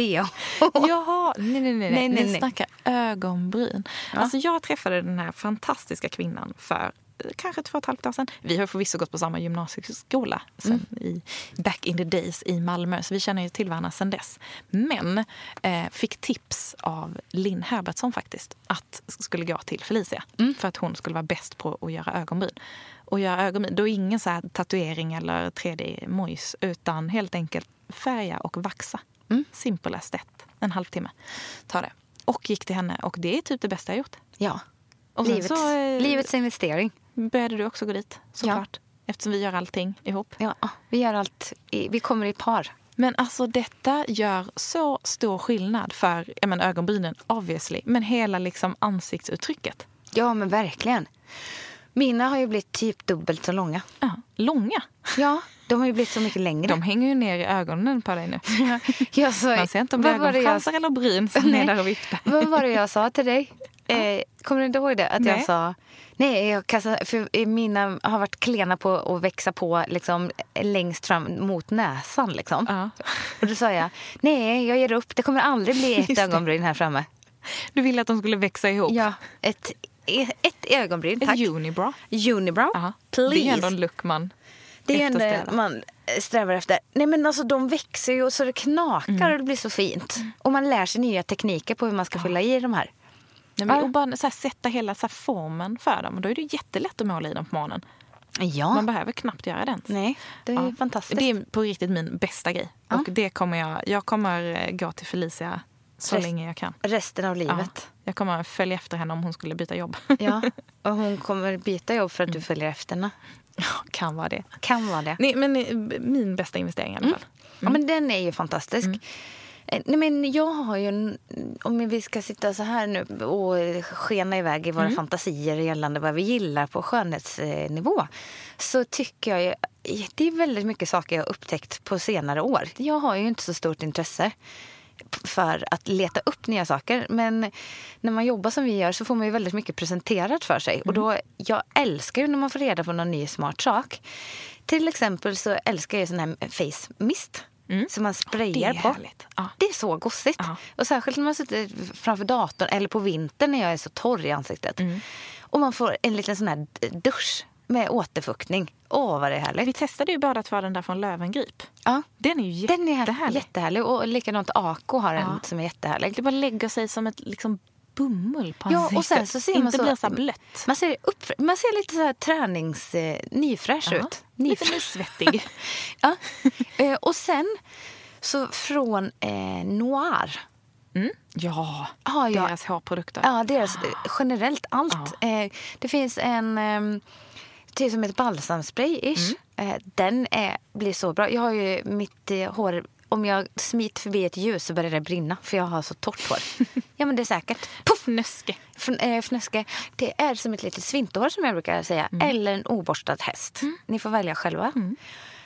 Jaha, nej, nej, nej. Nej, nej, Vi nej. snackar ögonbryn. Alltså, jag träffade den här fantastiska kvinnan för eh, kanske två och ett halvt år sedan. Vi har förvisso gått på samma gymnasieskola sen i, back in the days i Malmö, så vi känner ju till varandra sen dess. Men eh, fick tips av Linn Herbertsson faktiskt att skulle gå till Felicia för att hon skulle vara bäst på att göra ögonbryn. Och göra ögonbryn, då är ingen så här tatuering eller 3D-mojs utan helt enkelt färga och vaxa. Simple as that. En halvtimme tar det. Och gick till henne och det är typ det bästa jag gjort. Ja. Och sen Livets, så, eh, livets investering. Började du också gå dit såklart. Eftersom vi gör allting ihop. Ja, vi gör allt. I, vi kommer i par. Men alltså detta gör så stor skillnad för jag menar, ögonbrynen obviously. Men hela liksom ansiktsuttrycket. Ja, men verkligen. Mina har ju blivit typ dubbelt så långa. Ja, långa. Ja, de har ju blivit så mycket längre. De hänger ju ner i ögonen på dig nu. Jag sa- Man ser inte om det är vad var det jag- ögonfransar eller bryn som Nej. är där och viftar. Vad var det jag sa till dig? Eh, kommer du inte ihåg det? Att jag Nej. sa... Nej, jag kastar, för eh, mina har varit klena på att växa på liksom, längst fram mot näsan. Liksom. Ja. Och då sa jag, nej, jag ger upp. Det kommer aldrig bli ett Just det. ögonbryn här framme. Du ville att de skulle växa ihop. Ja, ett, e, ett ögonbryn, tack. Ett unibra. Unibrow, Ja. Det är ändå en please. look man Det är en eh, eftersträvar. man strävar efter. Nej, men alltså, de växer ju så det knakar Mm. och det blir så fint. Och man lär sig nya tekniker på hur man ska fylla i de här. Nej, men, Ja. och bara så här, sätta hela så här, formen för dem. Och då är det jättelätt att måla i dem på morgonen. Ja. Man behöver knappt göra Ah. det ens. Nej, det är Ja. ju fantastiskt. Det är Ah. på riktigt min bästa grej. Och det kommer jag, jag kommer eh, gå till Felicia så Rest- länge jag kan. Resten av Ja. livet. Jag kommer följa efter henne om hon skulle byta jobb. Ja. Mm. Och hon kommer byta jobb för att du följer efter henne. kan vara det. Kan vara det. Nej, men eh, b- min bästa investering i alla fall. Ja, men den är ju fantastisk. Eh, Nej, men jag har ju, en- om vi ska sitta så här nu och skena iväg i våra fantasier gällande vad vi gillar på skönhetsnivå så tycker jag ju, eh, det är väldigt mycket saker jag har upptäckt på senare år. Jag har ju inte så stort intresse p- för att leta upp nya saker. Men när man jobbar som vi gör så får man ju väldigt mycket presenterat för sig. Och Mm. då, jag älskar ju när man får reda på någon ny smart sak. Till exempel så älskar jag sån här face mist. Som man Mm. Det är sprayar på. härligt. Ja. Det är så gossigt. Ja. Och särskilt när man sitter framför datorn eller på vintern när jag är så torr i ansiktet. Mm. Och man får en liten sån här d- dusch med återfuktning. Åh, vad det är Vi härligt. testade ju båda två den där från Lövengrip. Ja. Den är ju Den är jättehärlig. jättehärlig. Och likadant Ako har en Ja. som är jättehärlig. Det bara lägger sig som ett liksom bomull på Ja, ansiktet. och sen så ser Inte man så, blir så här blött. Man ser, upp, man ser lite så här tränings... Eh, nyfräsch Ja, ut. Lite Nyfräsch. nysvettig. ja. eh, och sen, så från eh, Noir ja, har jag... deras hårprodukter. Ja, deras, eh, generellt allt. Eh, det finns en... Eh, Typ som ett balsamspray-ish. Mm. Eh, den är, blir så bra. Jag har ju mitt eh, hår... Om jag smiter förbi ett ljus så börjar det brinna för jag har så torrt hår. ja, men det är säkert. Puff! Fnöske. Fn- eh, Fnöske, det är som ett litet svintår som jag brukar säga. Mm. Eller en oborstad häst. Ni får välja själva. Ja,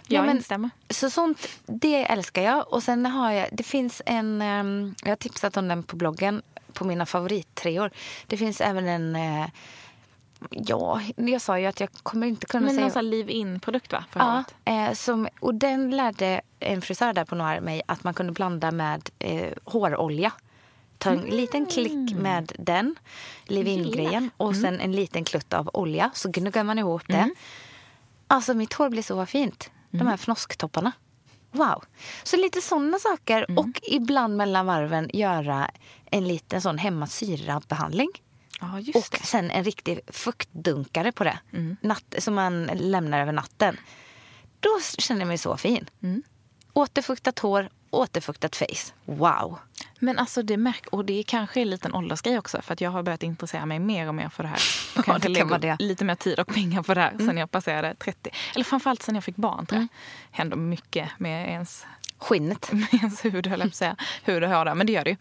Jag men- instämmer. Så sånt, det älskar jag. Och sen har jag, det finns en, ehm, jag har tipsat om den på bloggen, på mina favorittreor. Det finns även en, eh, ja, jag sa ju att jag kommer inte kunna Men alltså, säga. någon sån här leave-in-produkt va? För Ja, håret. eh, som, och den lärde en frisör där på Noir mig att man kunde blanda med eh, hårolja. Ta en liten klick med den, leave-in-grejen och sen en liten klutt av olja. Så gnuggar man ihop det. Alltså mitt hår blir så fint. De här fnosktopparna. Wow. Så lite sådana saker och ibland mellan varven göra en liten sån hemmasyrabbehandling. Ja, just Mm. Och det. sen en riktig fuktdunkare på det. Natt, som man lämnar över natten. Då känner jag mig så fin. Mm. Återfuktat hår, återfuktat face. Wow! Men alltså det märk och det är kanske en liten åldersgrej också för att jag har börjat intressera mig mer och mer för det här. Jag kanske det kan vara lägger det. lite mer tid och pengar på det här sen jag passerade 30. Eller framförallt sen jag fick barn tror jag. Händer mycket med ens Skinnet. med ens hud, höll jag på att säga. Hud och hår där, men det gör det ju.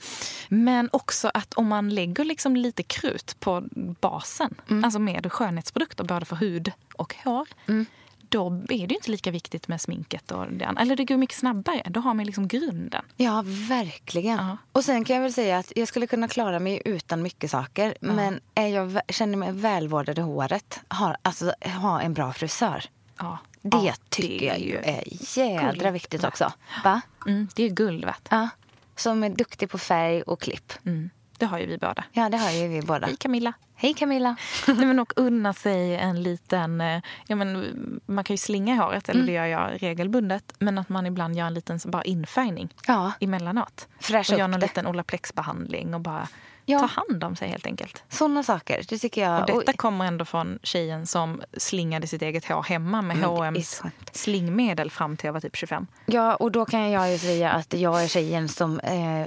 Men också att om man lägger liksom lite krut på basen, Mm. alltså med skönhetsprodukter både för hud och hår, Mm. då är det ju inte lika viktigt med sminket och det andra. Eller det går mycket snabbare, då har man liksom grunden. Ja, verkligen. Ja. Och sen kan jag väl säga att jag skulle kunna klara mig utan mycket saker. Men är jag, vä- känner mig välvårdad i håret, har, alltså ha en bra frisör. Ja. Det ja, tycker det är jag ju är jädra guld viktigt värt. också. Va? Mm, det är guld värt. Ja. Som är duktig på färg och klipp. Mm. Det har ju vi båda. Ja, det har ju vi båda. Hej Camilla! Hej Camilla! Nej, men och unna sig en liten... eh, Ja, men, man kan ju slinga i håret, Mm. eller det gör jag regelbundet. Men att man ibland gör en liten så bara infärgning Ja. emellanåt. Fräscha och gör upp någon det. liten Olaplex-behandling och bara Ja. ta hand om sig helt enkelt. Såna saker, det tycker jag. Och detta kommer ändå från tjejen som slingade sitt eget hår hemma med Men det är H&M's sant. slingmedel fram till jag var typ 25. ja, och då kan jag ju säga att jag är tjejen som... Eh,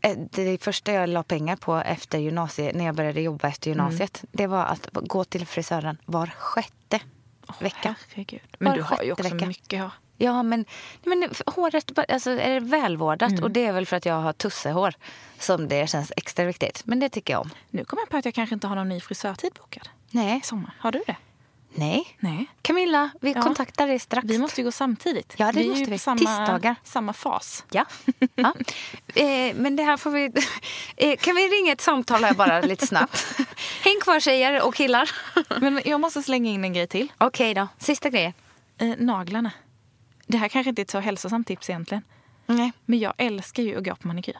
eh, det första jag la pengar på efter gymnasiet, när jag började jobba efter gymnasiet, det var att gå till frisören var sjätte vecka. Herregud. Men Var du har ju sjätte också vecka. mycket hår. Ja, men, nej, men håret bara- alltså, är välvårdat och det är väl för att jag har tussehår som det känns extra viktigt. Men det tycker jag om. Nu kommer jag på att jag kanske inte har någon ny frisörtid bokad. Nej, I sommar. Har du det? Nej. Nej. Camilla, vi Ja. kontaktar dig strax. Vi måste ju gå samtidigt. Ja, det är ju måste på vi. Samma, Tisdagar. Samma fas. Ja. ja. Eh, men det här får vi... Eh, kan vi ringa ett samtal här bara lite snabbt? Häng kvar tjejer och killar. Men jag måste slänga in en grej till. Okej då, sista grejen. Eh, naglarna. Det här kanske inte är ett så hälsosamt tips egentligen. Nej. Men jag älskar ju att gå på manikyr.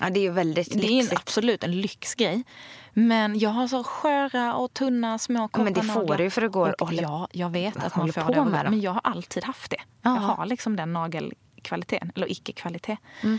Ja, det är ju väldigt Det är ju en, lyxigt. absolut en lyxgrej. Men jag har så sköra och tunna små Ja, men det korta får naglar. du ju för det går och och håller- Ja, jag vet att man håller får på det. av- med dem. Men jag har alltid haft det. Jag Jaha. har liksom den nagelkvaliteten, eller icke-kvalitet. Mm.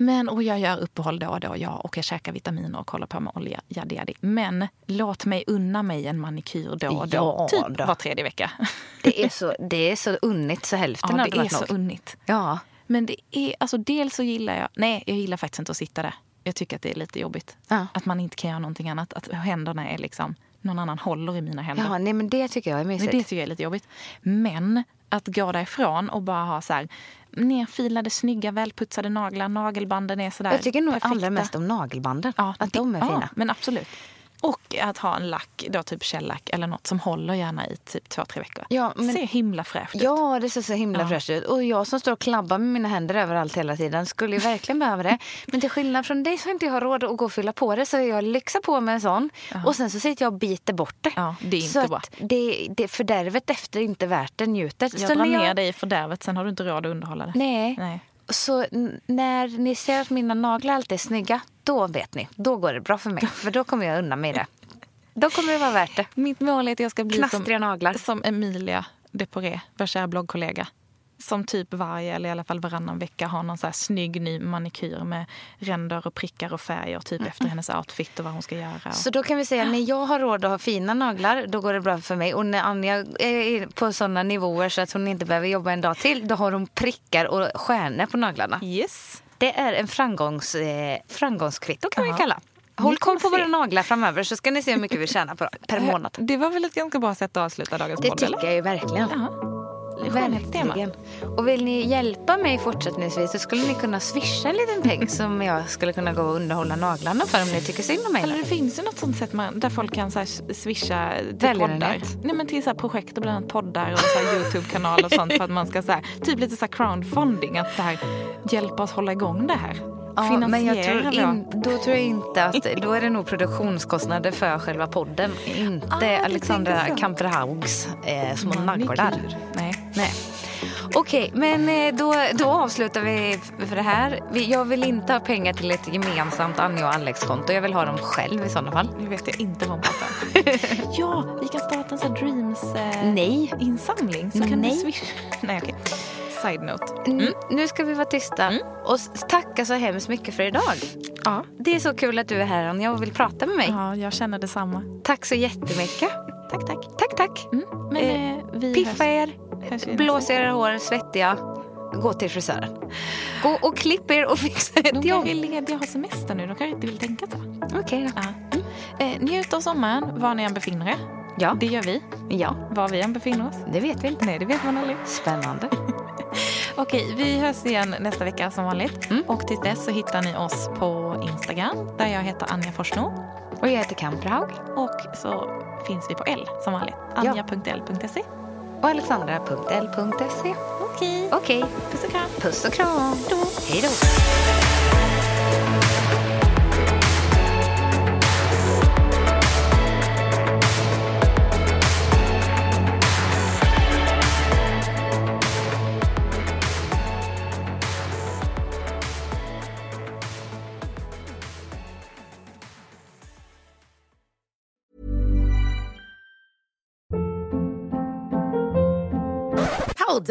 Men, och jag gör uppehåll då och då, ja, och jag käkar vitaminer och kollar på med olja. Jadi, jadi. Men låt mig unna mig en manikyr då och då. Ja, typ då. var tredje vecka. Det är så, det är så unnigt så Ja, hälften hade det är varit så nog. unnigt. Ja. Men det är, alltså dels så gillar jag, nej jag gillar faktiskt inte att sitta där. Jag tycker att det är lite jobbigt. Ja. Att man inte kan göra någonting annat. Att händerna är liksom, någon annan håller i mina händer. ja, nej men det tycker jag är men mysigt. det tycker jag är lite jobbigt. Men att gå därifrån och bara ha så här nerfilade, snygga, välputsade naglar. Nagelbanden är sådär jag tycker nog perfekta. allra mest om nagelbanden. Ja, att det- de är fina. Ja, men absolut. Och att ha en lack, då typ källack eller något som håller gärna i typ två, tre veckor. Ja, men- Ser himla fräscht ut. Ja, det ser så himla Ja. fräscht ut. Och jag som står och klabbar med mina händer överallt hela tiden skulle ju verkligen behöva det. Men till skillnad från dig så har inte jag råd att gå och fylla på det så jag lyxar på med en sån. Och sen så sitter jag och biter bort det. Ja, det är så inte bra. att det, det fördärvet efter är inte värt det njutet. Jag så drar när ner dig i fördärvet, sen har du inte råd att underhålla det. Nej. Nej. Så n- när ni ser att mina naglar alltid är snygga, då vet ni. Då går det bra för mig. För då kommer jag undan mig det. Då kommer det vara värt det. Mitt mål är att jag ska bli Knastriga som, naglar. som Emilia Deporé, vår kära bloggkollega. Som typ varje, eller i alla fall varannan vecka har någon så här snygg ny manikyr med ränder och prickar och färger typ efter hennes outfit och vad hon ska göra. Och, Mm. Så då kan vi säga när jag har råd att ha fina naglar, då går det bra för mig. Och när Anja är på sådana nivåer så att hon inte behöver jobba en dag till, då har hon prickar och stjärnor på naglarna. yes. Det är en framgångs, eh, framgångskvitto kan Ja. vi kalla. Ni Håll koll kommer på se. våra naglar framöver så ska ni se hur mycket vi tjänar på, per månad. Det var väl ett ganska bra sätt att avsluta dagens Eh, Det podd? tycker jag ju verkligen. jag. Verkligen. Och vill ni hjälpa mig fortsättningsvis så skulle ni kunna swisha en liten peng som jag skulle kunna gå och underhålla naglarna för om ni tycker synd om mig. Eller det finns ju något sånt sätt man, där folk kan så här swisha till poddar. Välgörenhet. Nej, men till så här projekt och bland annat poddar och så här Youtube-kanal och sånt för att man ska så här, typ lite så här crowdfunding, att så här, hjälpa oss hålla igång det här. Ja, men jag tror vår- in, då tror jag inte att, då är det nog produktionskostnader för själva podden. Inte Ah, du Alexandra tänker så. Kamperhaugs eh, små Manikyr. naglar. Nej. Nej. Okej, men eh, då, då avslutar vi f- för det här. Vi- Jag vill inte ha pengar till ett gemensamt Anja och Alex-konto. Jag vill ha dem själv i sådana fall. Nu vet jag inte vad man pratar om. ja, vi kan starta en sån här Nej. Dreams-insamling. så kan Nej. du swisha. Nej, okej. Side note. N- Nu ska vi vara tysta och s- tacka så hemskt mycket för idag. Mm. Ja. Det är så kul att du är här Anja och vill prata med mig. ja, jag känner detsamma. Tack så jättemycket. Tack, tack. Tack, tack. Mm. Men Eh, eh, vi Piffa hörs. er, hörs vi nästa blås era hår, svettiga. Gå till frisören. Gå och klipp er och fixa ett De jobb. kanske är lediga och har semester nu. De kanske inte vill tänka så. Okej då. Ja. Eh, njut av sommaren, var ni än befinner er. Ja. Det gör vi, ja, var vi än befinner oss. det vet vi inte. Nej, det vet man aldrig. Spännande. Okej, vi hörs igen nästa vecka som vanligt. Och tills dess så hittar ni oss på Instagram där jag heter Anja Forsno. Och jag heter Kamprahaug Och så finns vi på L som vanligt. Ja. Anja.l.se. och alexandra.l.se. Okej, Okej, puss och kram. puss och kram. Hej då. Hold